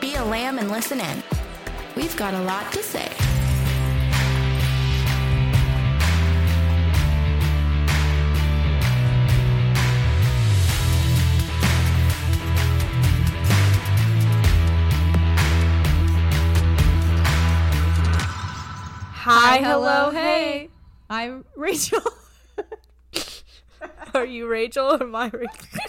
be a lamb and listen in. We've got a lot to say. Hi, hello, hey. I'm Rachel. Are you Rachel or am I Rachel?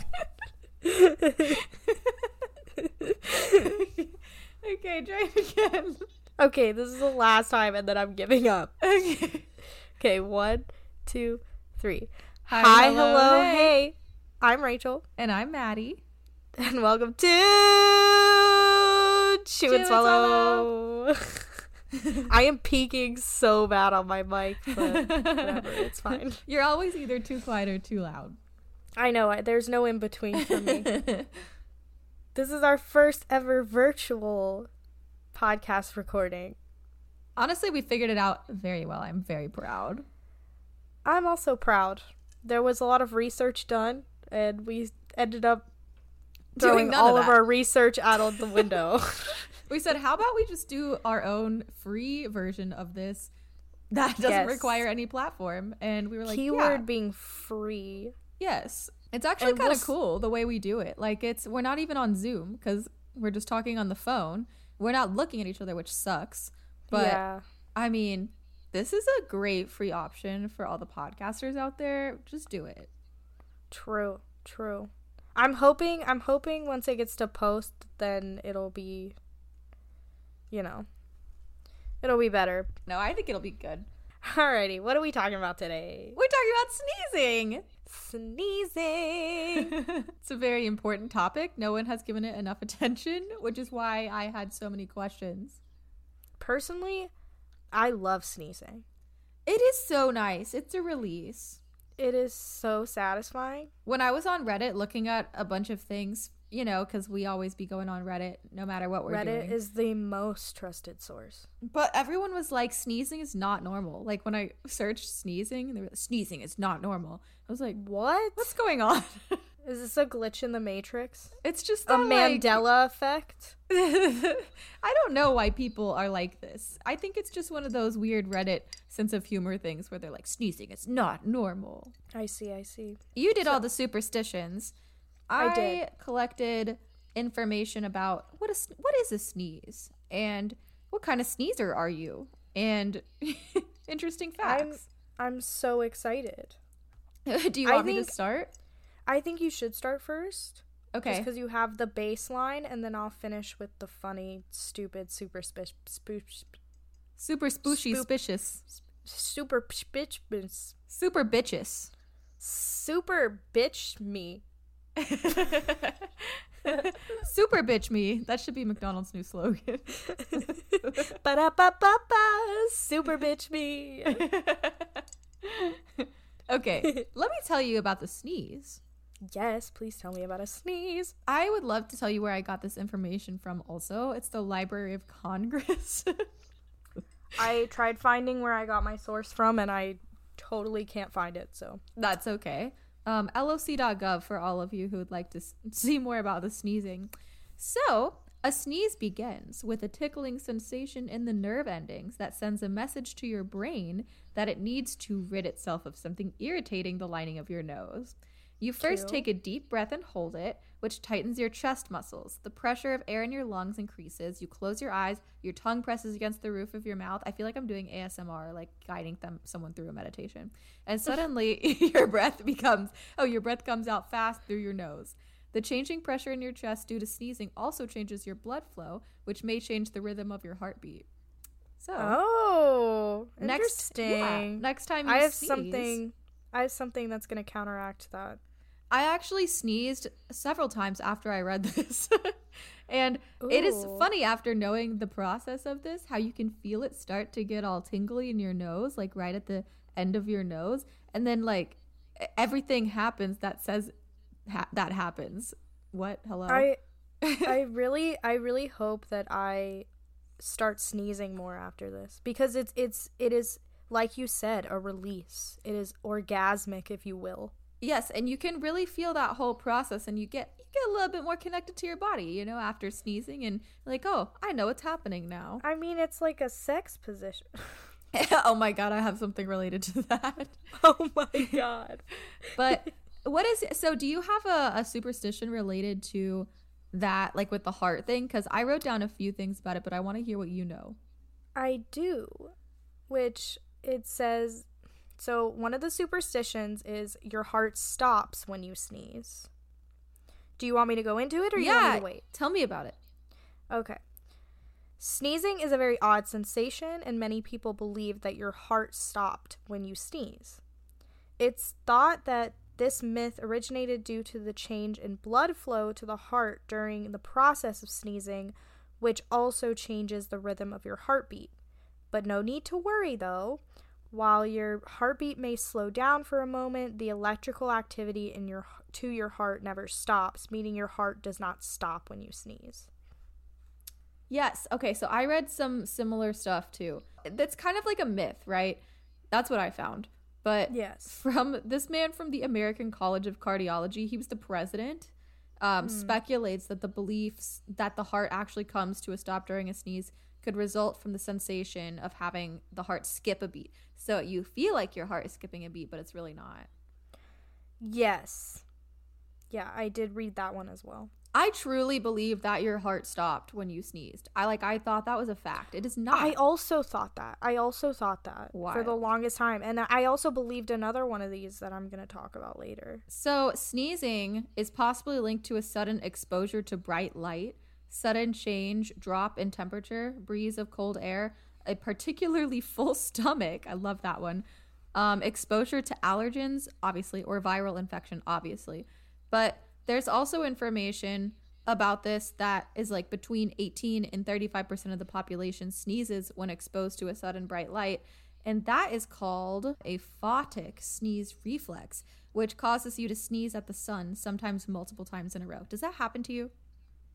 Okay, try it again. okay, this is the last time and then I'm giving up. Okay. Okay, one, two, three. Hi, hello, hey. I'm Rachel And I'm Maddie. and welcome to Chew and and Swallow. I am peaking so bad on my mic, but whatever, it's fine. You're always either too quiet or too loud. I know, I, there's no in between for me. This is our first ever virtual podcast recording. Honestly, we figured it out very well. I'm very proud. I'm also proud. There was a lot of research done, and we ended up Doing throwing none all of of that. our research out of the window. We said, how about we just do our own free version of this that doesn't Yes. require any platform? And we were like, Keyword yeah, being free. yes. It's actually And we'll kind of s- cool the way we do it. Like, it's we're not even on Zoom because we're just talking on the phone. We're not looking at each other, which sucks. But yeah. I mean, this is a great free option for all the podcasters out there. Just do it. True, true. I'm hoping I'm hoping once it gets to post then it'll be you know. It'll be better. No, I think it'll be good. Alrighty, what are we talking about today? We're talking Sneezing. about sneezing. it's a very important topic. No one has given it enough attention, which is why I had so many questions. Personally, I love sneezing. It is so nice. It's a release. It is so satisfying. When I was on Reddit looking at a bunch of things, you know, because we always be going on Reddit no matter what we're Reddit doing. is the most trusted source. But everyone was like, sneezing is not normal. Like when I searched sneezing, they were like, sneezing is not normal. I was like, What? what's going on? Is this a glitch in the matrix? it's just A that, like- Mandela effect? I don't know why people are like this. I think it's just one of those weird Reddit sense of humor things where they're like, sneezing is not normal. I see, I see. You did all the superstitions. I, I did. collected information about what a sn- what is a sneeze and what kind of sneezer are you and interesting I'm facts. I'm so excited. Do you I want me think- to start? I think you should start first. Just Okay. because you have the baseline, and then I'll finish with the funny, stupid, super spish, spooch, sp- Super spooshy, Spoop- spicious, super bitch, bitch, super bitches. super bitch me. Super bitch me. That should be McDonald's new slogan. Ba da ba ba ba, super bitch me. okay, let me tell you about the sneeze. yes, please tell me about a sneeze. I would love to tell you where I got this information from also. It's the Library of Congress. I tried finding where I got my source from, and I totally can't find it. So That's okay. Um, LOC.gov for all of you who would like to s- see more about the sneezing. So, a sneeze begins with a tickling sensation in the nerve endings that sends a message to your brain that it needs to rid itself of something irritating the lining of your nose. You first Cute. take a deep breath and hold it, which tightens your chest muscles. The pressure of air in your lungs increases. You close your eyes, your tongue presses against the roof of your mouth. I feel like I'm doing ASMR, like guiding them someone through a meditation. And suddenly your breath becomes oh, your breath comes out fast through your nose. The changing pressure in your chest due to sneezing also changes your blood flow, which may change the rhythm of your heartbeat. So, oh, next, interesting. yeah, next time you I have sneeze- something. I have something that's gonna counteract that. I actually sneezed several times after I read this. and it is Ooh. funny after knowing the process of this, how you can feel it start to get all tingly in your nose, like right at the end of your nose. And then, like, e- everything happens that says ha- that happens. What? Hello? I I really I really hope that I start sneezing more after this because it's it's it is like you said a release. It is orgasmic if you will. Yes, and you can really feel that whole process, and you get you get a little bit more connected to your body, you know, after sneezing, and like, oh, I know what's happening now. I mean, it's like a sex position. oh my god, I have something related to that. oh my god. But what is so? Do you have a, a superstition related to that, like with the heart thing? Because I wrote down a few things about it, but I want to hear what you know. I do, which it says. So one of the superstitions is your heart stops when you sneeze. Do you want me to go into it, or you want me to wait? tell me about it. Okay. Sneezing is a very odd sensation, and many people believe that your heart stopped when you sneeze. It's thought that this myth originated due to the change in blood flow to the heart during the process of sneezing, which also changes the rhythm of your heartbeat. But no need to worry though. While your heartbeat may slow down for a moment, the electrical activity in your to your heart never stops, meaning your heart does not stop when you sneeze. Yes. Okay. So I read some similar stuff too. That's kind of like a myth, right? That's what I found. But Yes. from this man from the American College of Cardiology, he was the president, Hmm. um, speculates that the beliefs that the heart actually comes to a stop during a sneeze could result from the sensation of having the heart skip a beat. So you feel like your heart is skipping a beat, but it's really not. Yes. Yeah, I did read that one as well. I truly believe that your heart stopped when you sneezed. I like I thought that was a fact. It is not. I also thought that. I also thought that for the Oh. Wild. longest time. And I also believed another one of these that I'm going to talk about later. So, sneezing is possibly linked to a sudden exposure to bright light, sudden change, drop in temperature, breeze of cold air, a particularly full stomach. I love that one. Um, exposure to allergens, obviously, or viral infection, obviously. But there's also information about this that is like between 18 and 35% of the population sneezes when exposed to a sudden bright light. And that is called a photic sneeze reflex, which causes you to sneeze at the sun, sometimes multiple times in a row. Does that happen to you?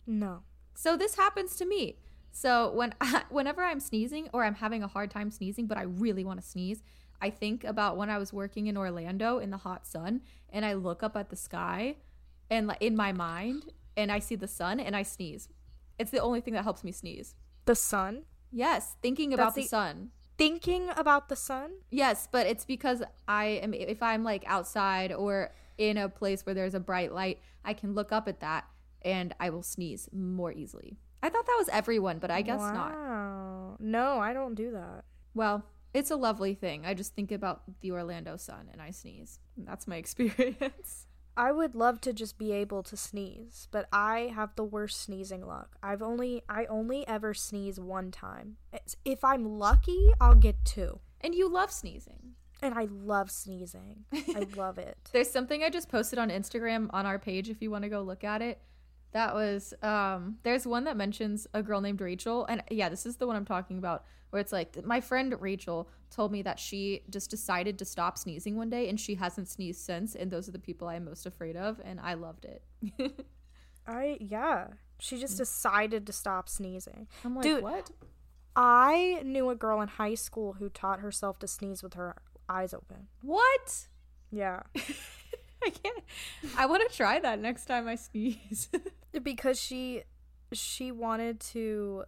No. So this happens to me. So when I, whenever I'm sneezing or I'm having a hard time sneezing, but I really want to sneeze, I think about when I was working in Orlando in the hot sun, and I look up at the sky, and like, in my mind, and I see the sun, and I sneeze. It's the only thing that helps me sneeze. The sun? Yes, thinking about That's the the- sun. Thinking about the sun? Yes, but it's because I am if I'm like outside or in a place where there's a bright light, I can look up at that and I will sneeze more easily. I thought that was everyone, but I guess not. Wow. No, I don't do that. Well, it's a lovely thing. I just think about the Orlando sun and I sneeze. That's my experience. I would love to just be able to sneeze, but I have the worst sneezing luck. I've only I only ever sneeze one time. It's- If I'm lucky, I'll get two. And you love sneezing. And I love sneezing. I love it. There's something I just posted on Instagram on our page if you want to go look at it. That was um there's one that mentions a girl named Rachel and yeah, this is the one I'm talking about where it's like my friend Rachel told me that she just decided to stop sneezing one day and she hasn't sneezed since and those are the people I'm most afraid of and I loved it. I yeah. She just decided to stop sneezing. I'm like, Dude. "What?" I knew a girl in high school who taught herself to sneeze with her eyes open. What? Yeah. I can't. I want to try that next time I sneeze. Because she she wanted to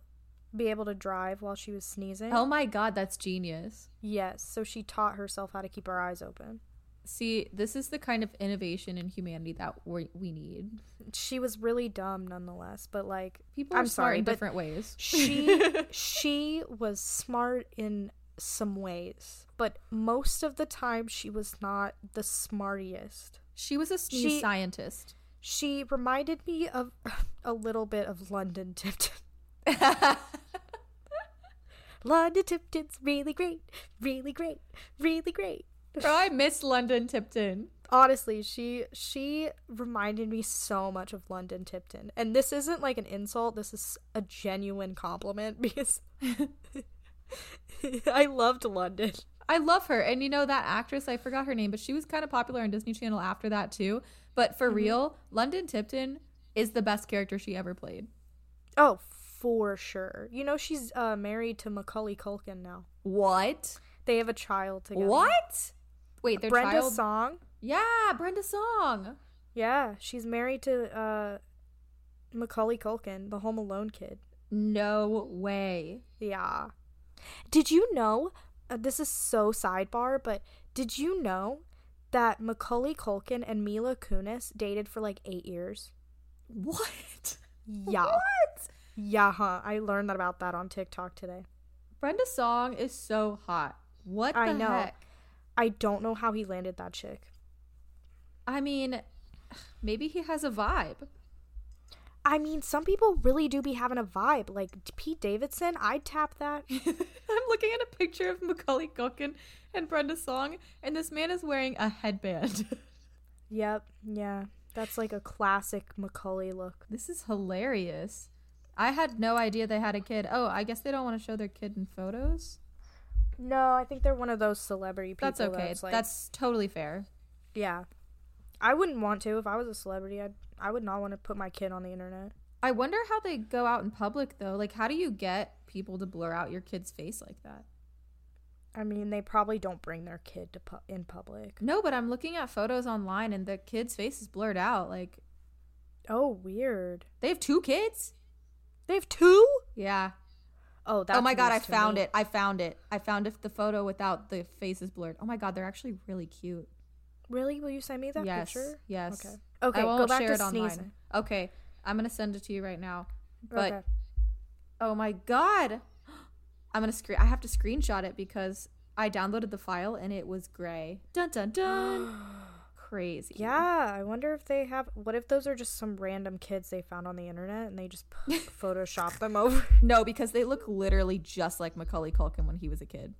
be able to drive while she was sneezing. oh my god, that's genius. Yes, so she taught herself how to keep her eyes open. See, this is the kind of innovation in humanity that we we need. She was really dumb nonetheless, but like People are I'm smart sorry, in but different ways. she she was smart in some ways, but most of the time she was not the smartest. She was a sneeze she- scientist. She reminded me of a little bit of London Tipton. London Tipton's really great, really great, really great. Bro, I miss London Tipton. Honestly, she she reminded me so much of London Tipton. And this isn't like an insult, this is a genuine compliment because I loved London. I love her. And you know that actress, I forgot her name, but she was kind of popular on Disney Channel after that too. But Mm-hmm. for real, London Tipton is the best character she ever played. Oh, for sure. You know she's uh, married to Macaulay Culkin now. What? They have a child together. What? Wait, their Brenda child Song. Yeah, Brenda Song. Yeah, she's married to uh, Macaulay Culkin, the Home Alone kid. No way. Yeah. Did you know? Uh, this is so sidebar, but did you know that Macaulay Culkin and Mila Kunis dated for like eight years? What? Yeah. What? Yeah, huh. I learned that about that on TikTok today. Brenda Song is so hot. What the I know. heck? I don't know how he landed that chick. I mean, maybe he has a vibe. I mean, some people really do be having a vibe. Like Pete Davidson, I'd tap that. I'm looking at a picture of Macaulay Culkin and Brenda Song, and this man is wearing a headband. Yep. Yeah. That's like a classic Macaulay look. this is hilarious. I had no idea they had a kid. Oh, I guess they don't want to show their kid in photos. No, I think they're one of those celebrity people. That's okay. That's, like, That's totally fair. yeah. I wouldn't want to if I was a celebrity. I'd I would not want to put my kid on the internet. I wonder how they go out in public though. Like, how do you get people to blur out your kid's face like that? I mean, they probably don't bring their kid to pu- in public. No, but I'm looking at photos online, and the kid's face is blurred out. Like, Oh, weird. they have two kids. They have two? Yeah. Oh, that's oh my god, I news to found me. it. I found it. I found if the photo without the face is blurred. Oh my god, they're actually really cute. Really? Will you send me that yes. picture? Yes. Okay. Okay, I go won't back share to it online. sneezing. Okay. I'm gonna send it to you right now. But Okay. oh my god. I'm gonna screen I have to screenshot it because I downloaded the file and it was gray. Dun dun dun. Crazy. Yeah, I wonder if they have. What if those are just some random kids they found on the internet and they just p- Photoshop them over? No, because they look literally just like Macaulay Culkin when he was a kid.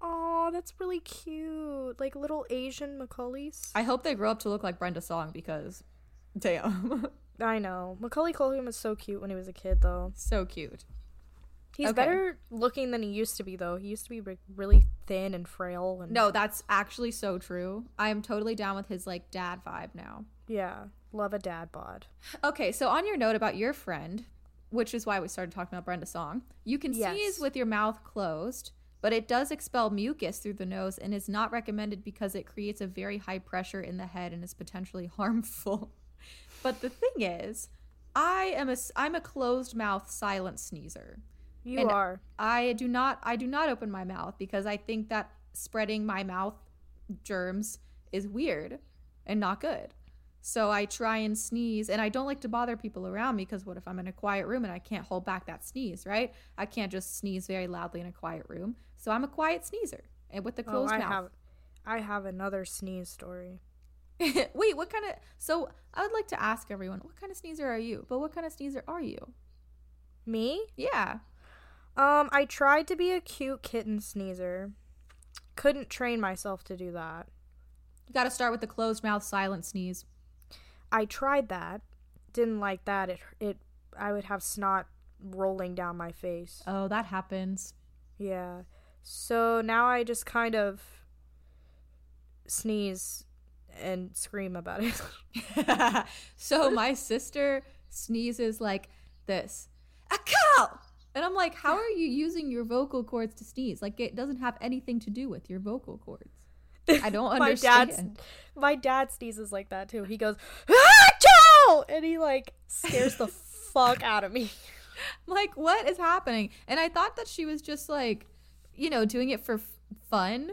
Oh, that's really cute. Like little Asian Macaulays. I hope they grow up to look like Brenda Song because damn. I know. Macaulay Culkin was so cute when he was a kid, though. so cute. He's Okay. better looking than he used to be, though. He used to be re- really thin and frail. And No, that's actually so true. I am totally down with his like dad vibe now. yeah, love a dad bod. Okay, so on your note about your friend, which is why we started talking about Brenda Song, you can Yes. sneeze with your mouth closed, but it does expel mucus through the nose and is not recommended because it creates a very high pressure in the head and is potentially harmful. But the thing is, I am a s- I'm a closed mouth silent sneezer. You And- are. I do not I do not open my mouth because I think that spreading my mouth germs is weird and not good. So I try and sneeze and I don't like to bother people around me because what if I'm in a quiet room and I can't hold back that sneeze, right? I can't just sneeze very loudly in a quiet room. So I'm a quiet sneezer and with the Oh, closed I have. mouth. I have another sneeze story. Wait, what kind of So I would like to ask everyone, what kind of sneezer are you? But what kind of sneezer are you? Me? Yeah. Um, I tried to be a cute kitten sneezer. Couldn't train myself to do that. You got to start with the closed mouth silent sneeze. I tried that. Didn't like that. It it I would have snot rolling down my face. Oh, that happens. Yeah. So now I just kind of sneeze and scream about it. so my sister sneezes like this a cow and i'm like how are you using your vocal cords to sneeze like it doesn't have anything to do with your vocal cords i don't my understand dad's my dad sneezes like that too. He goes, "Achoo!" and he like scares the fuck out of me. I'm like what is happening and i thought that she was just like you know doing it for f- fun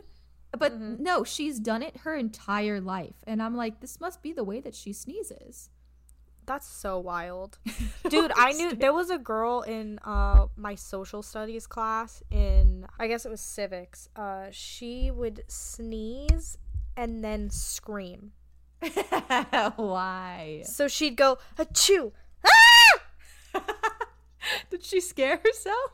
but no she's done it her entire life and i'm like this must be the way that she sneezes That's so wild. Dude, I knew there was a girl in uh my social studies class in I guess it was civics. Uh she would sneeze and then scream. why So she'd go, "Achoo." did she scare herself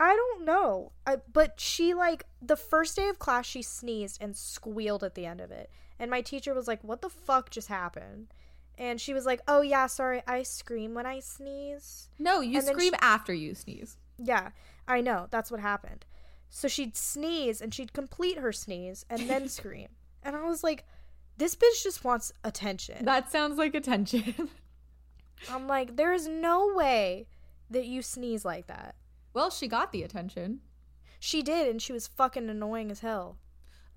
I don't know. I, but she like the first day of class she sneezed and squealed at the end of it. And my teacher was like, "What the fuck just happened?" And she was like, "Oh yeah, sorry. I scream when I sneeze." no you And then scream after you sneeze Yeah, I know. That's what happened. So she'd sneeze and she'd complete her sneeze and then scream. And I was like, this bitch just wants attention. That sounds like attention. I'm like, there is no way that you sneeze like that. well, she got the attention. She did, and she was fucking annoying as hell.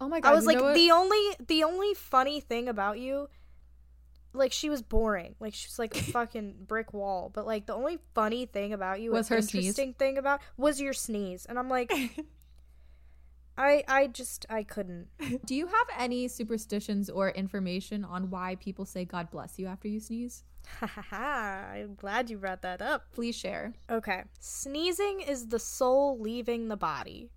Oh my god! I was you like know what- the only the only funny thing about you like she was boring. Like she was like a fucking brick wall. But like the only funny thing about you Was an her sneeze. interesting thing about was your sneeze. And I'm like I I just I couldn't. Do you have any superstitions or information on why people say God bless you after you sneeze? Ha ha ha. I'm glad you brought that up. Please share. Okay. Sneezing is the soul leaving the body.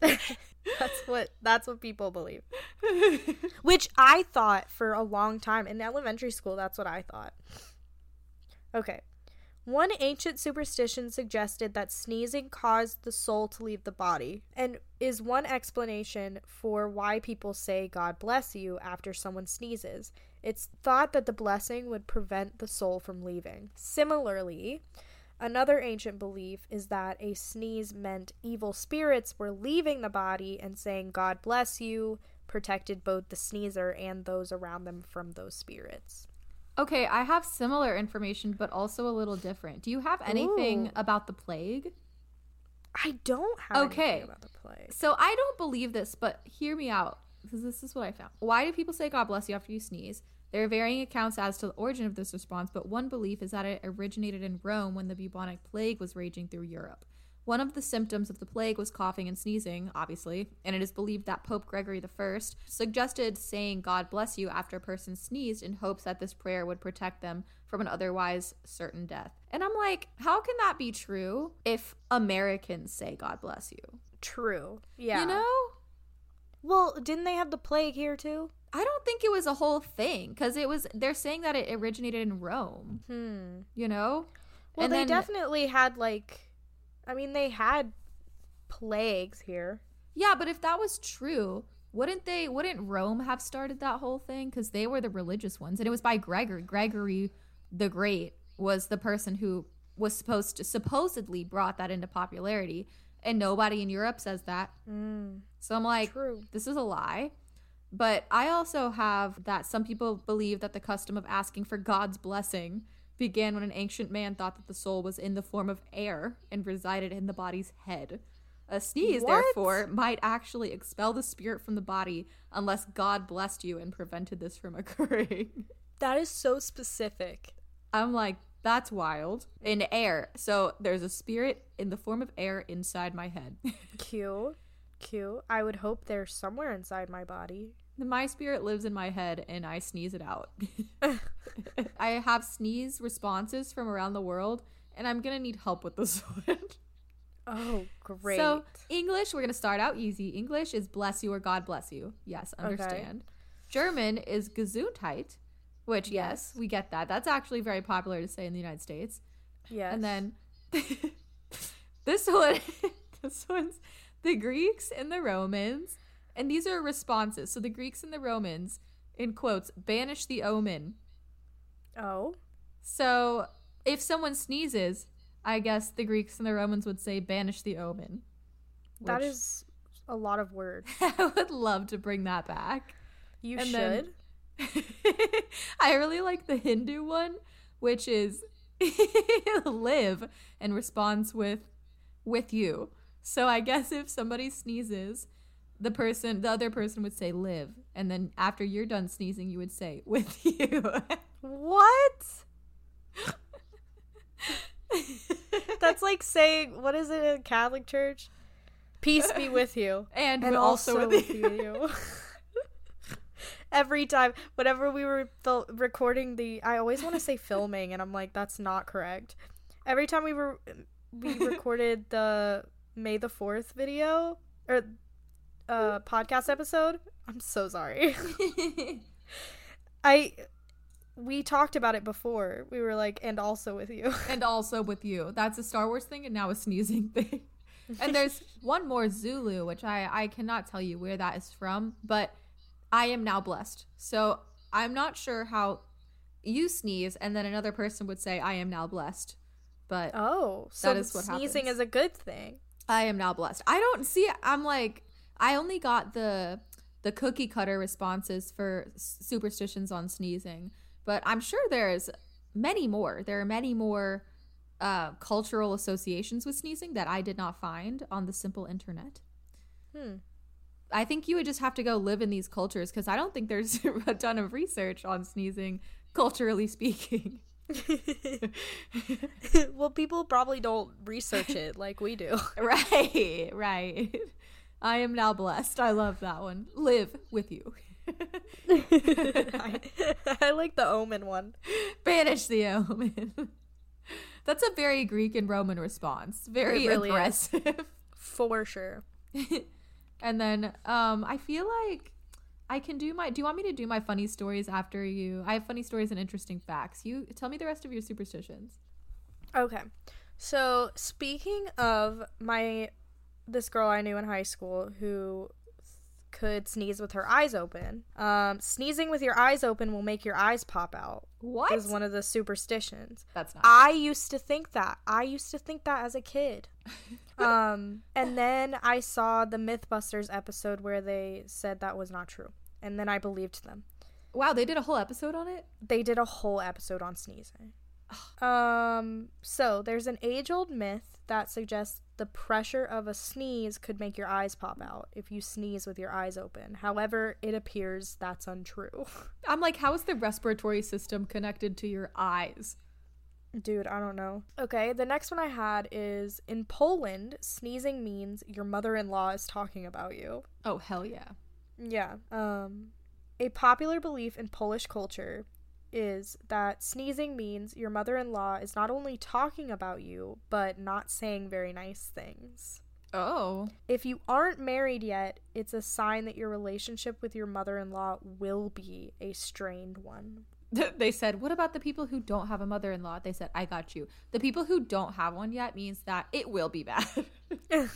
that's what that's what people believe. Which I thought for a long time in elementary school, that's what I thought. Okay. One ancient superstition suggested that sneezing caused the soul to leave the body and is one explanation for why people say God bless you after someone sneezes. It's thought that the blessing would prevent the soul from leaving. Similarly, Another ancient belief is that a sneeze meant evil spirits were leaving the body and saying, God bless you, protected both the sneezer and those around them from those spirits. Okay, I have similar information, but also a little different. Do you have anything Ooh. about the plague? I don't have okay. Okay. about the play. So I don't believe this, but hear me out because this is what I found. Why do people say God bless you after you sneeze? There are varying accounts as to the origin of this response, but one belief is that it originated in Rome when the bubonic plague was raging through Europe. One of the symptoms of the plague was coughing and sneezing, obviously, and it is believed that Pope Gregory I suggested saying God bless you after a person sneezed in hopes that this prayer would protect them from an otherwise certain death. And I'm like, how can that be true if Americans say God bless you? True. Yeah. You know? Well, didn't they have the plague here too? I don't think it was a whole thing because it was. They're saying that it originated in Rome. Hmm. You know. Well, And they then- definitely had, like, I mean, they had plagues here. Yeah, but if that was true, wouldn't they? Wouldn't Rome have started that whole thing because they were the religious ones, and it was by Gregory. Gregory the Great was the person who was supposed to supposedly brought that into popularity, and nobody in Europe says that. Mm. So I'm like, True. this is a lie. But I also have that some people believe that the custom of asking for God's blessing began when an ancient man thought that the soul was in the form of air and resided in the body's head. A sneeze, What? therefore, might actually expel the spirit from the body unless God blessed you and prevented this from occurring. That is so specific. I'm like, that's wild. In air. So there's a spirit in the form of air inside my head. Cute. Cute. I would hope they're somewhere inside my body. My spirit lives in my head and I sneeze it out. I have sneeze responses from around the world and I'm going to need help with this one. Oh, great. So, English, we're going to start out easy. English is bless you or God bless you. Yes, understand. German is Gesundheit, which, yes, we get that. That's actually very popular to say in the United States. yes. And then this one, this one's the Greeks and the Romans. And these are responses. So the Greeks and the Romans, in quotes, banish the omen. oh, So if someone sneezes, I guess the Greeks and the Romans would say banish the omen. that which- is a lot of words. I would love to bring that back. You And should. then- I really like the Hindu one, which is live and responds with with you. So I guess if somebody sneezes, the person the other person would say live and then after you're done sneezing you would say with you. what? That's like saying, what is it in Catholic Church? Peace be with you. and And also, also with with you. you. Every time, whenever we were fil- recording the, I always want to say filming, and I'm like, that's not correct. Every time we were, we recorded the May the Fourth video or uh, podcast episode. I'm so sorry. I we talked about it before. We were like, and also with you. and also with you. That's a Star Wars thing and now a sneezing thing. And there's one more Zulu, which I, I cannot tell you where that is from, but I am now blessed. So I'm not sure how you sneeze and then another person would say, I am now blessed. But Oh, so is what sneezing happens. is a good thing. I am now blessed. I don't see. I'm like, I only got the the cookie cutter responses for s- superstitions on sneezing, but I'm sure there's many more. There are many more uh, cultural associations with sneezing that I did not find on the simple internet. Hmm. I think you would just have to go live in these cultures because I don't think there's a ton of research on sneezing, culturally speaking. well, people probably don't research it like we do. right, right. I am now blessed. I love that one. Live with you. I, I like the omen one. Banish the omen. That's a very Greek and Roman response. Very It really is. aggressive. For sure. and then um I feel like I can do my Do you want me to do my funny stories after you? I have funny stories and interesting facts. You tell me the rest of your superstitions. Okay. So speaking of my this girl I knew in high school who could sneeze with her eyes open. Um, sneezing with your eyes open will make your eyes pop out. What? Is one of the superstitions. That's not. I used to think that. I used to think that as a kid. um, and then I saw the MythBusters episode where they said that was not true, and then I believed them. wow, they did a whole episode on it? They did a whole episode on sneezing. Um, so there's an age-old myth that suggests the pressure of a sneeze could make your eyes pop out if you sneeze with your eyes open. However, it appears that's untrue. I'm like, how is the respiratory system connected to your eyes? Dude, I don't know. Okay, the next one I had is in Poland, sneezing means your mother in law is talking about you. Oh, hell yeah. Yeah. Um, a popular belief in Polish culture is that sneezing means your mother in law is not only talking about you, but not saying very nice things. Oh. If you aren't married yet, it's a sign that your relationship with your mother in law will be a strained one. They said, what about the people who don't have a mother in law? They said, I got you. The people who don't have one yet means that it will be bad.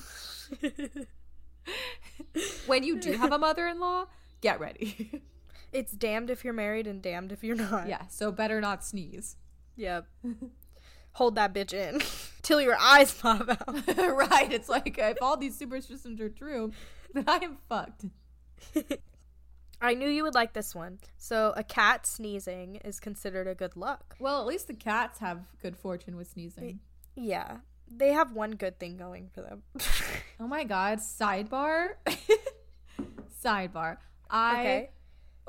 when you do have a mother in law, get ready. It's damned if you're married and damned if you're not. yeah, so better not sneeze. Yep. Hold that bitch in till your eyes pop out. right? It's like, if all these superstitions are true, then I am fucked. I knew you would like this one. So, a cat sneezing is considered a good luck. Well, at least the cats have good fortune with sneezing. Yeah. They have one good thing going for them. Oh my god, sidebar. sidebar. I Okay.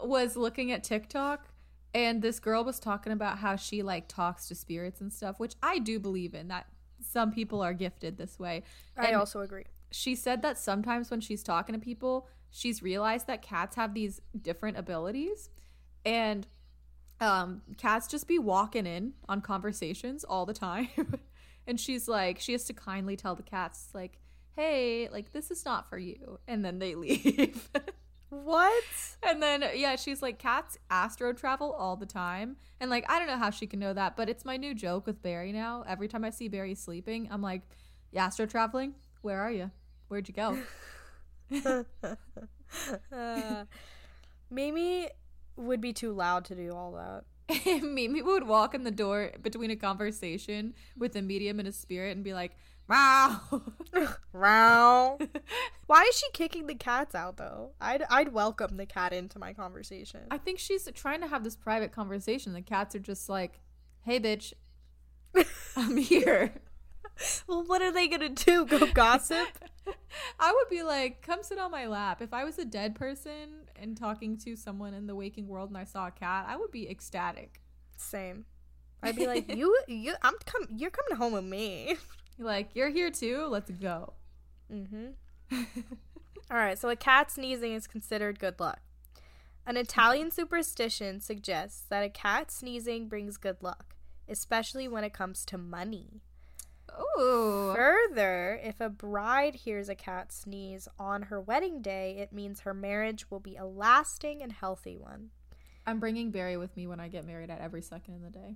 was looking at TikTok and this girl was talking about how she like talks to spirits and stuff, which I do believe in that some people are gifted this way. I And also agree. she said that sometimes when she's talking to people, she's realized that cats have these different abilities and um cats just be walking in on conversations all the time. and she's like she has to kindly tell the cats like, "Hey, like this is not for you." And then they leave. What? And then yeah, she's like cats astro travel all the time. And like I don't know how she can know that, but it's my new joke with Barry now. Every time I see Barry sleeping, I'm like, "You astro traveling? Where are you? Where'd you go?" Uh, Mimi would be too loud to do all that. Mimi would walk in the door between a conversation with a medium and a spirit and be like, "Wow." Row. Why is she kicking the cats out though? I'd I'd welcome the cat into my conversation. I think she's trying to have this private conversation. The cats are just like, "Hey, bitch, I'm here." well, what are they gonna do? Go gossip? I would be like, come sit on my lap. If I was a dead person and talking to someone in the waking world and I saw a cat, I would be ecstatic. Same. I'd be like, you, you, I'm com- you're coming home with me. Like, you're here too, let's go. Mm-hmm. All right, so a cat sneezing is considered good luck. An Italian superstition suggests that a cat sneezing brings good luck, especially when it comes to money. Ooh. Further, if a bride hears a cat sneeze on her wedding day, it means her marriage will be a lasting and healthy one. I'm bringing Barry with me when I get married at every second of the day.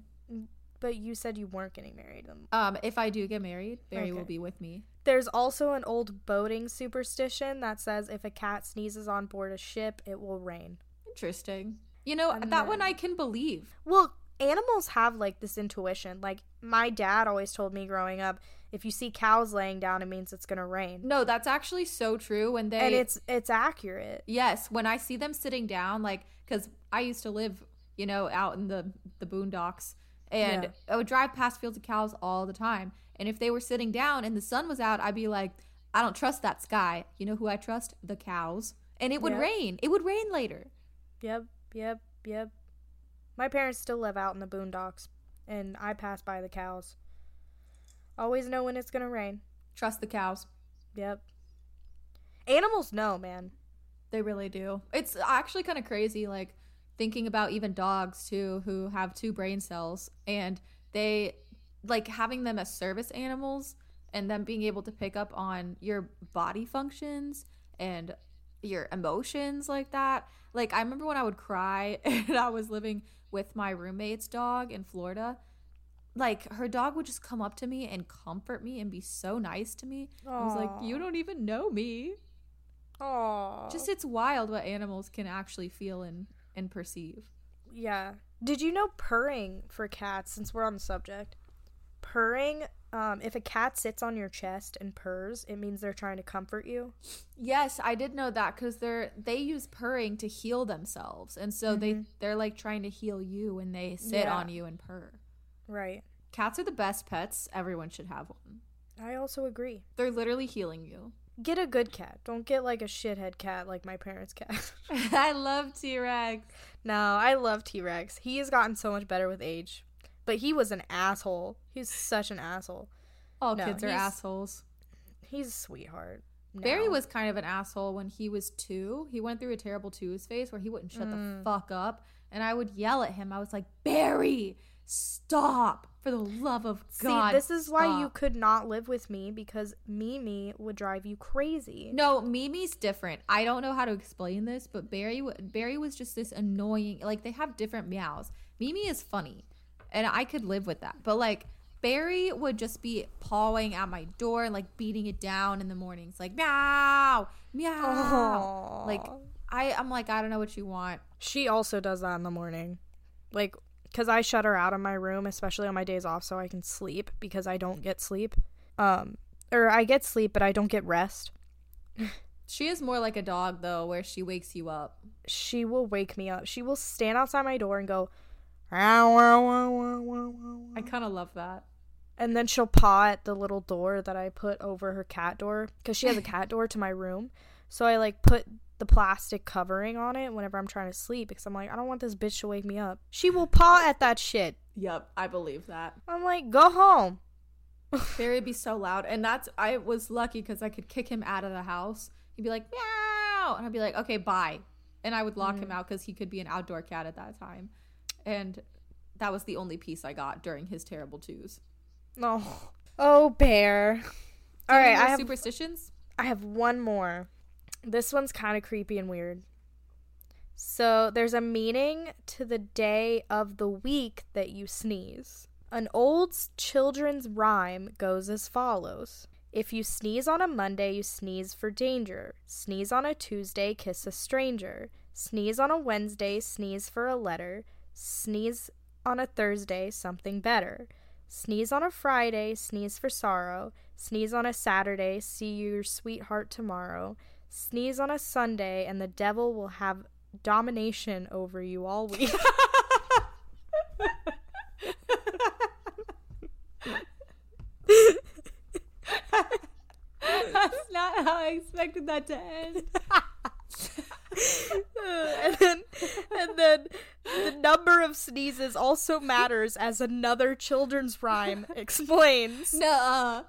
But you said you weren't getting married. and- Um, if I do get married, Barry will Okay. be with me. There's also an old boating superstition that says if a cat sneezes on board a ship, it will rain. Interesting. You know, And that one then- I can believe. Well, animals have like this intuition. Like my dad always told me growing up, if you see cows laying down, it means it's gonna rain, No, that's actually so true when they and it's it's accurate. Yes, when I see them sitting down, like because I used to live, you know, out in the the boondocks, and Yeah. I would drive past fields of cows all the time. And if they were sitting down and the sun was out, I'd be like, I don't trust that sky. You know who I trust? The cows. And it would Yeah. rain. It would rain later. Yep, yep, yep. My parents still live out in the boondocks, and I pass by the cows. Always know when it's gonna rain. Trust the cows. Yep. Animals know, man. They really do. It's actually kind of crazy, like thinking about even dogs too, who have two brain cells, and they like having them as service animals and them being able to pick up on your body functions and your emotions like that. Like, I remember when I would cry and I was living with my roommate's dog in Florida. Like, her dog would just come up to me and comfort me and be so nice to me. I was like, Aw. You don't even know me Aww. just it's wild what animals can actually feel and and perceive yeah. Did you know purring for cats? Since we're on the subject, purring. Um, if a cat sits on your chest and purrs, it means they're trying to comfort you. yes i did know that because they're they use purring to heal themselves and so they they're like trying to heal you when they sit Yeah. on you and purr Right. cats are the best pets everyone should have one I also agree. they're literally healing you Get a good cat. Don't get like a shithead cat like my parents' cat. i love t-rex No, I love T Rex. He has gotten so much better with age, but he was an asshole. He's such an asshole. all No, kids are he's- assholes He's a sweetheart. No. Barry was kind of an asshole when he was two. He went through a terrible twos phase where he wouldn't shut Mm. the fuck up. And I would yell at him. I was like, Barry, stop. For the love of See, God. this is why you stop." could not live with me because Mimi would drive you crazy. No, Mimi's different. I don't know how to explain this, but Barry wa- Barry was just this annoying. Like they have different meows. Mimi is funny, and I could live with that. But like Barry would just be pawing at my door and like beating it down in the mornings, like meow, meow. Aw. Like I, I'm like I don't know what you want. She also does that in the morning. Like, because I shut her out of my room, especially on my days off, so I can sleep because I don't get sleep. Um, or I get sleep, but I don't get rest. She is more like a dog though, where she wakes you up. she will wake me up. She will stand outside my door and go, "Wow, wow, wow, wow, wow, wow, wow." I kind of love that. and then she'll paw at the little door that I put over her cat door because she has a cat door to my room. So I like put the plastic covering on it whenever I'm trying to sleep because I'm like, I don't want this bitch to wake me up. She will paw at that shit. Yep, I believe that. I'm like, go home. Barry would be so loud, and that's I was lucky because I could kick him out of the house. He'd be like meow, and I'd be like, okay, bye, and I would lock Mm. him out because he could be an outdoor cat at that time, and that was the only piece I got during his terrible twos. No. Oh, bear. All right, Any more I have superstitions. I have one more. This one's kind of creepy and weird. So there's a meaning to the day of the week that you sneeze. An old s- children's rhyme goes as follows If you sneeze on a Monday, you sneeze for danger. Sneeze on a Tuesday, kiss a stranger. Sneeze on a Wednesday, sneeze for a letter. Sneeze on a Thursday, something better. Sneeze on a Friday, sneeze for sorrow. Sneeze on a Saturday, see your sweetheart tomorrow. Sneeze on a Sunday, and the devil will have domination over you all week. that's not how I expected that to end. and then, and then the number of sneezes also matters, as another children's rhyme explains. Nuh-uh.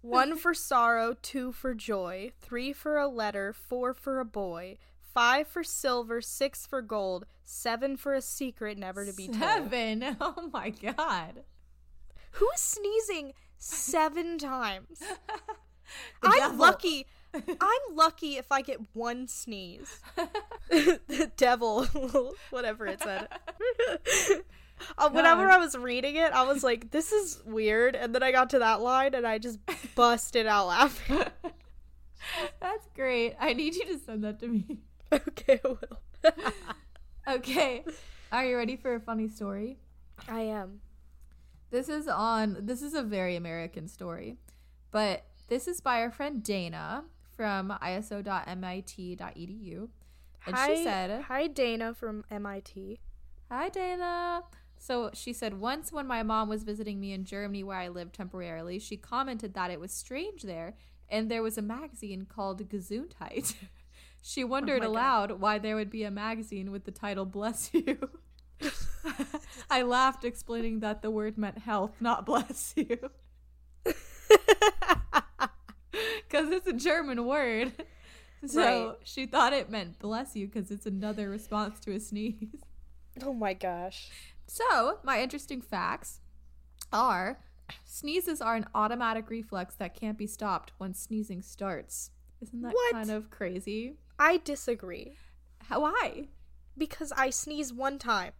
One for sorrow, two for joy, three for a letter, four for a boy, five for silver, six for gold, seven for a secret never to be told. Seven. Oh my god. Who's sneezing seven times? The I'm devil. lucky. I'm lucky if I get one sneeze. the devil, whatever it said. Uh, whenever God. I was reading it, I was like, this is weird. And then I got to that line and I just busted out laughing. That's great. I need you to send that to me. okay, I will. Okay. Are you ready for a funny story? I am. This is on this is a very American story. But this is by our friend Dana from iso.mit.edu. E And hi, she said, Hi, Dana from MIT. Hi Dana. So she said, once when my mom was visiting me in Germany, where I lived temporarily, she commented that it was strange there, and there was a magazine called Gesundheit. she wondered Oh God. aloud why there would be a magazine with the title Bless You. I laughed, explaining that the word meant health, not bless you. Because it's a German word. So Right. she thought it meant bless you because it's another response to a sneeze. Oh my gosh. So, my interesting facts are sneezes are an automatic reflex that can't be stopped once sneezing starts. Isn't that What? kind of crazy? I disagree How, why? because I sneeze one time.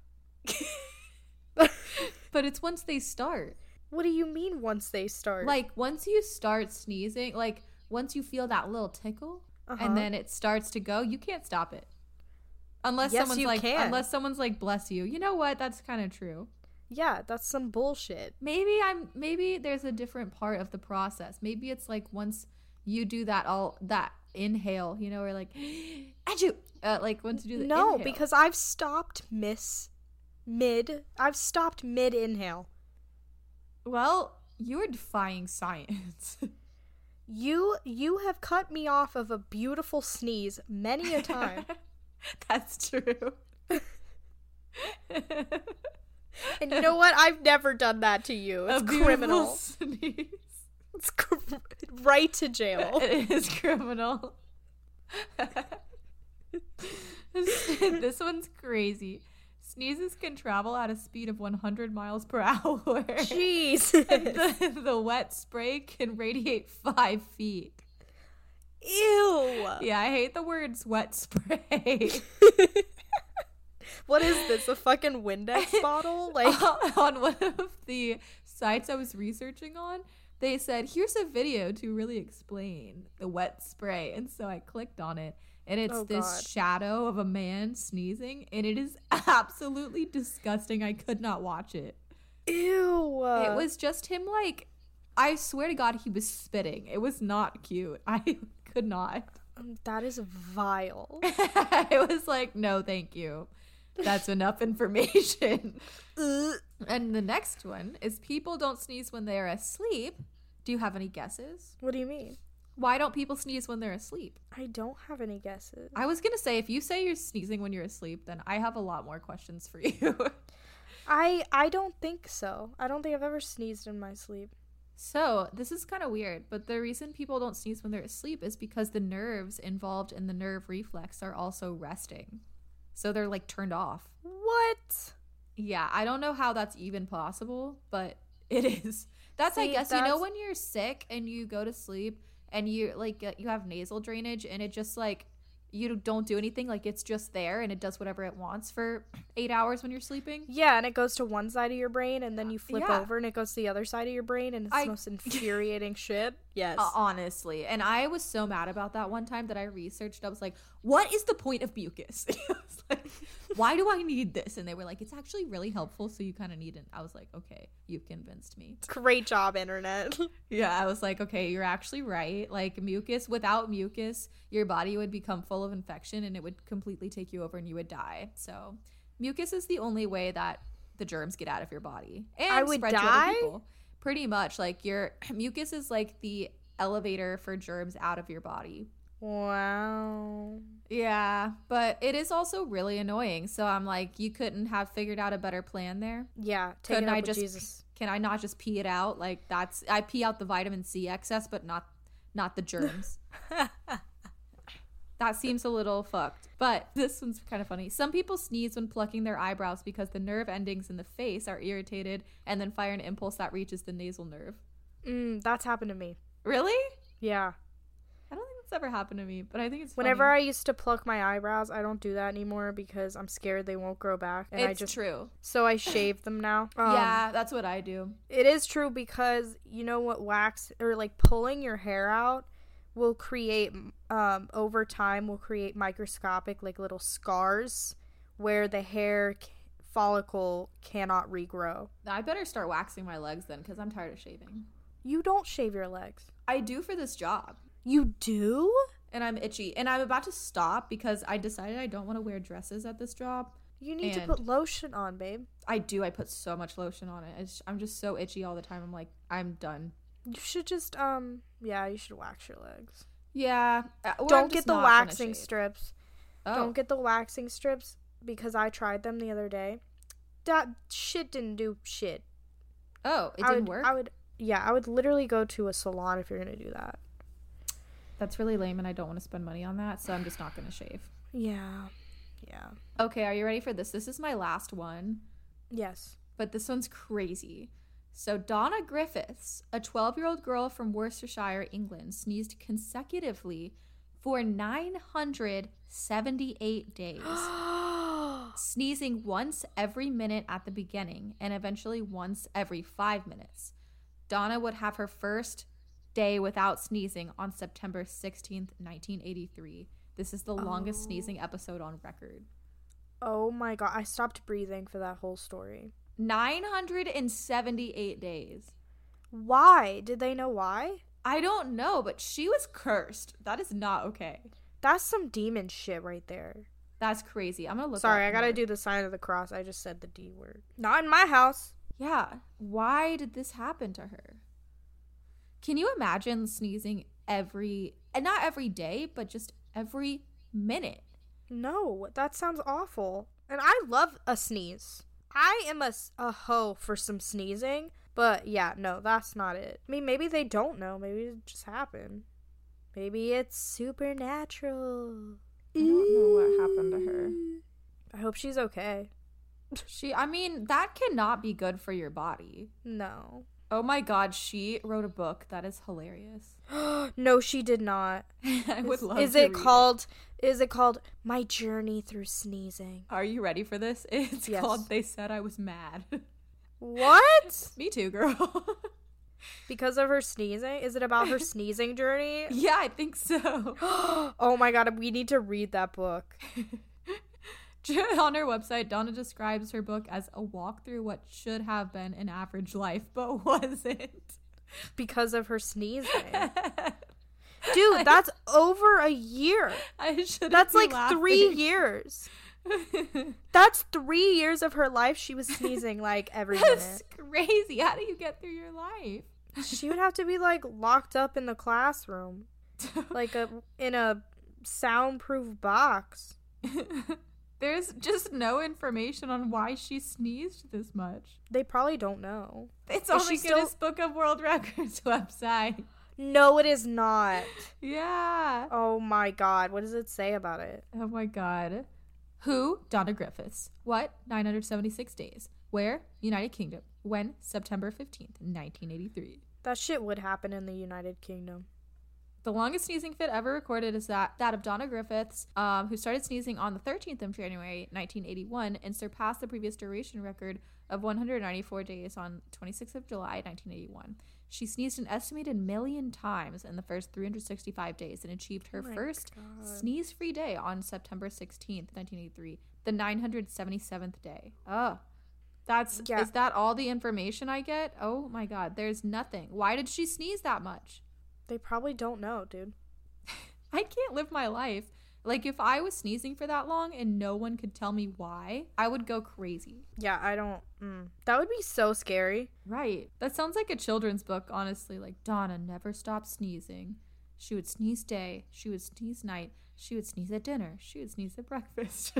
But it's once they start. What do you mean once they start? Like, once you start sneezing, like, once you feel that little tickle Uh-huh. and then it starts to go, you can't stop it. Unless Yes, someone's you like, can. unless someone's like, bless you. You know what? That's kind of true. yeah, that's some bullshit. maybe i'm maybe there's a different part of the process maybe it's like once you do that all that inhale you know or like achoo, uh, like once you do the No, inhale. because I've stopped miss mid. I've stopped mid inhale. well you're defying science You you have cut me off of a beautiful sneeze many a time, that's true and you know what? I've never done that to you. It's A beautiful criminal. sneeze. It's cr- right to jail. it is criminal this one's crazy sneezes can travel at a speed of 100 miles per hour Jeez. the, the wet spray can radiate five feet. Ew. Yeah, I hate the words wet spray. What is this? A fucking Windex bottle? Like Uh-huh. on one of the sites I was researching on, they said, here's a video to really explain the wet spray. And so I clicked on it, and it's Oh, this God. shadow of a man sneezing, and it is absolutely disgusting. I could not watch it. ew. it was just him, like, I swear to God, he was spitting. It was not cute. I could not. that is vile. I was like, no, thank you. That's enough information. Ugh. and the next one is people don't sneeze when they are asleep. Do you have any guesses? what do you mean? Why don't people sneeze when they're asleep? I don't have any guesses. I was going to say, if you say you're sneezing when you're asleep, then I have a lot more questions for you. I I don't think so. I don't think I've ever sneezed in my sleep. so, this is kind of weird, but the reason people don't sneeze when they're asleep is because the nerves involved in the nerve reflex are also resting. So, they're like turned off. What? Yeah, I don't know how that's even possible, but it is. That's I See, guess you know that's- when you're sick and you go to sleep and you like uh, you have nasal drainage and it just like you don't do anything like it's just there and it does whatever it wants for 8 hours when you're sleeping. Yeah, and it goes to one side of your brain, and then you flip Yeah. over, and it goes to the other side of your brain, and it's I- the most infuriating shit. Yes. Uh, honestly, and I was so mad about that one time that I researched. I was like, "What is the point of mucus? I was like, Why do I need this?" And they were like, "It's actually really helpful, so you kind of need it." I was like, "Okay, you've convinced me." Great job, internet. Yeah, I was like, okay, you're actually right. Like mucus, without mucus, your body would become full of infection and it would completely take you over and you would die. So, mucus is the only way that the germs get out of your body and I would spread to die? other people. Pretty much, like your mucus is like the elevator for germs out of your body. wow. Yeah, but it is also really annoying. So I'm like, you couldn't have figured out a better plan there. Yeah. Take Couldn't it up I with just- Jesus. Can I not just pee it out? Like that's I pee out the vitamin C excess, but not not the germs. that seems a little fucked. But this one's kind of funny. Some people sneeze when plucking their eyebrows because the nerve endings in the face are irritated and then fire an impulse that reaches the nasal nerve. Mm, that's happened to me. Really? Yeah. I don't think that's ever happened to me, but I think it's Whenever funny. I used to pluck my eyebrows, I don't do that anymore because I'm scared they won't grow back, and I it's just true. so I shave them now. Um, yeah, that's what I do. it is true because you know what wax or like pulling your hair out will create um over time will create microscopic like little scars where the hair c- follicle cannot regrow. I better start waxing my legs then because I'm tired of shaving. You don't shave your legs. I do for this job. You do? and I'm itchy. And I'm about to stop because I decided I don't want to wear dresses at this job. You need to And- put lotion on, babe. I do. I put so much lotion on it. It's, I'm just so itchy all the time. I'm like, I'm done. You should just um yeah, you should wax your legs. Yeah. uh, or I'm Don't just get the not gonna waxing shave. strips. Oh. Don't get the waxing strips because I tried them the other day. That shit didn't do shit. Oh, it I didn't would, work. I would yeah, I would literally go to a salon if you're gonna do that. That's really lame, and I don't want to spend money on that, so I'm just not gonna shave. Yeah. Yeah. Okay, are you ready for this? This is my last one. Yes. but this one's crazy. So, Donna Griffiths, a 12 year old girl from Worcestershire, England, sneezed consecutively for 978 days, sneezing once every minute at the beginning and eventually once every five minutes. Donna would have her first day without sneezing on September 16th, 1983. This is the longest sneezing episode on record. Oh my god, I stopped breathing for that whole story. 978 days. Why? Did they know why? I don't know, but she was cursed. That is not okay. That's some demon shit right there. That's crazy. I'm gonna look. Sorry, up I gotta more. do the sign of the cross. I just said the D word. Not in my house. Yeah. Why did this happen to her? Can you imagine sneezing every and not every day, but just every minute? No, that sounds awful. And I love a sneeze. I am a, s- a hoe for some sneezing, but yeah, no, that's not it. I mean, maybe they don't know. Maybe it just happened. Maybe it's supernatural. I don't know what happened to her. I hope she's okay. She. I mean, that cannot be good for your body. No. Oh my God, she wrote a book. That is hilarious. no, she did not. I would Is- love. Is to it read called Is it called My Journey Through Sneezing? Are you ready for this? It's Yes. called. They said I was mad. What? Me too, girl. Because of her sneezing? Is it about her sneezing journey? Yeah, I think so. Oh my god, we need to read that book. On her website, Donna describes her book as a walk through what should have been an average life, but wasn't. Because of her sneezing. Dude, that's over a year. I should. That's like three years. That's three years of her life she was sneezing like every minute. That's crazy. How do you get through your life? She would have to be like locked up in the classroom. Like a in a soundproof box. There's just no information on why she sneezed this much. They probably don't know. It's Is on she the still- Guinness Book of World Records website. No, it is not. Yeah. Oh my god, what does it say about it? Oh my god. Who? Donna Griffiths. What? 976 days. Where? United Kingdom. When? September 15th, 1983. That shit would happen in the United Kingdom. The longest sneezing fit ever recorded is that, that of Donna Griffiths, um, who started sneezing on the 13th of January 1981 and surpassed the previous duration record of 194 days on 26th of July 1981. She sneezed an estimated million times in the first 365 days and achieved her Oh my first God. sneeze free day on September 16th, 1983, the 977th day. Oh, that's Yeah. is that all the information I get? Oh my God, there's nothing. Why did she sneeze that much? They probably don't know, dude. I can't live my life. Like if I was sneezing for that long and no one could tell me why, I would go crazy. Yeah, I don't. Mm. That would be so scary. Right. That sounds like a children's book, honestly. Like Donna never stopped sneezing. She would sneeze day, she would sneeze night, she would sneeze at dinner, she would sneeze at breakfast.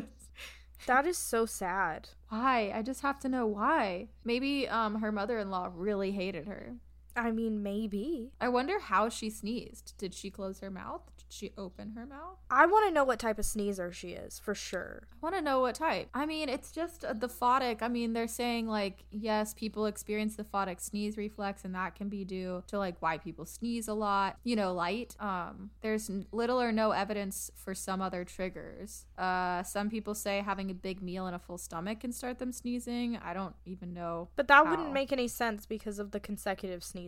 That is so sad. why? I just have to know why. Maybe um her mother-in-law really hated her. I mean, maybe. I wonder how she sneezed. Did she close her mouth? Did she open her mouth? I want to know what type of sneezer she is, for sure. I want to know what type. I mean, it's just uh, the photic. I mean, they're saying like, yes, people experience the photic sneeze reflex, and that can be due to like why people sneeze a lot. You know, light. Um, there's n- little or no evidence for some other triggers. Uh, some people say having a big meal and a full stomach can start them sneezing. I don't even know. But that How? wouldn't make any sense because of the consecutive sneezing.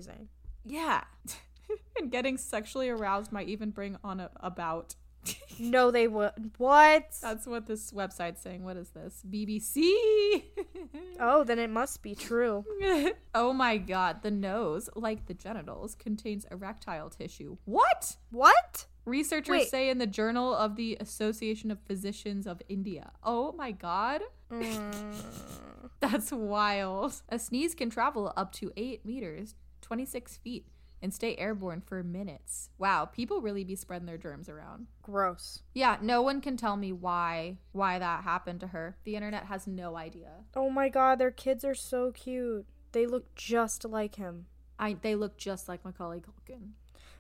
Yeah. and getting sexually aroused might even bring on a, about. No, they would. What? That's what this website's saying. What is this? BBC. Oh, then it must be true. oh my god, the nose, like the genitals, contains erectile tissue. What? What? Researchers Wait. say in the Journal of the Association of Physicians of India. Oh my god. Mm, That's wild. A sneeze can travel up to 8 meters, 26 feet, and stay airborne for minutes. Wow, people really be spreading their germs around. Gross. Yeah, no one can tell me why why that happened to her. The internet has no idea. Oh my god, their kids are so cute. They look just like him. I they look just like Macaulay Culkin.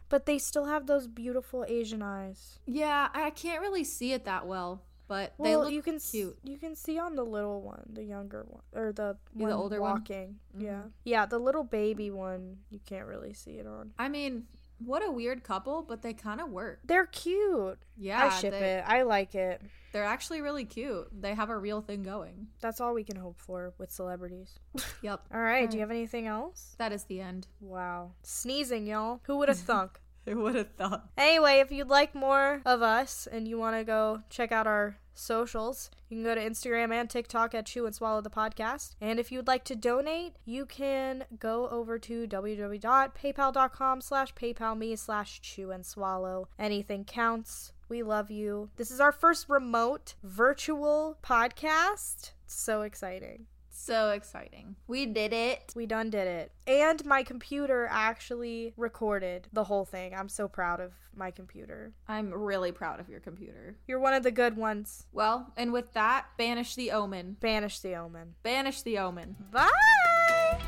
But they still have those beautiful Asian eyes. Yeah, I can't really see it that well, but Well, they look you can s- cute. you can see on the little one, the younger one, or the Yeah, the one older one? Mm-hmm. walking. Yeah, yeah, the little baby one. You can't really see it on. I mean, what a weird couple, but they kind of work. They're cute. Yeah, I ship they, it. I like it. They're actually really cute. They have a real thing going. That's all we can hope for with celebrities. Yep, All right. Hmm. Do you have anything else? that is the end. Wow. Sneezing, y'all. Who would have thunk? What a thought. Anyway, if you'd like more of us and you want to go check out our socials, you can go to Instagram and TikTok at Chew and Swallow the Podcast. And if you'd like to donate, you can go over to www.paypal.com slash paypalme slash chew and swallow. Anything counts. We love you. This is our first remote virtual podcast. So exciting. So exciting. We did it. We done did it. And my computer actually recorded the whole thing. I'm so proud of my computer. I'm really proud of your computer. You're one of the good ones. Well, and with that, banish the omen. Banish the omen. Banish the omen. Bye!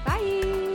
Bye.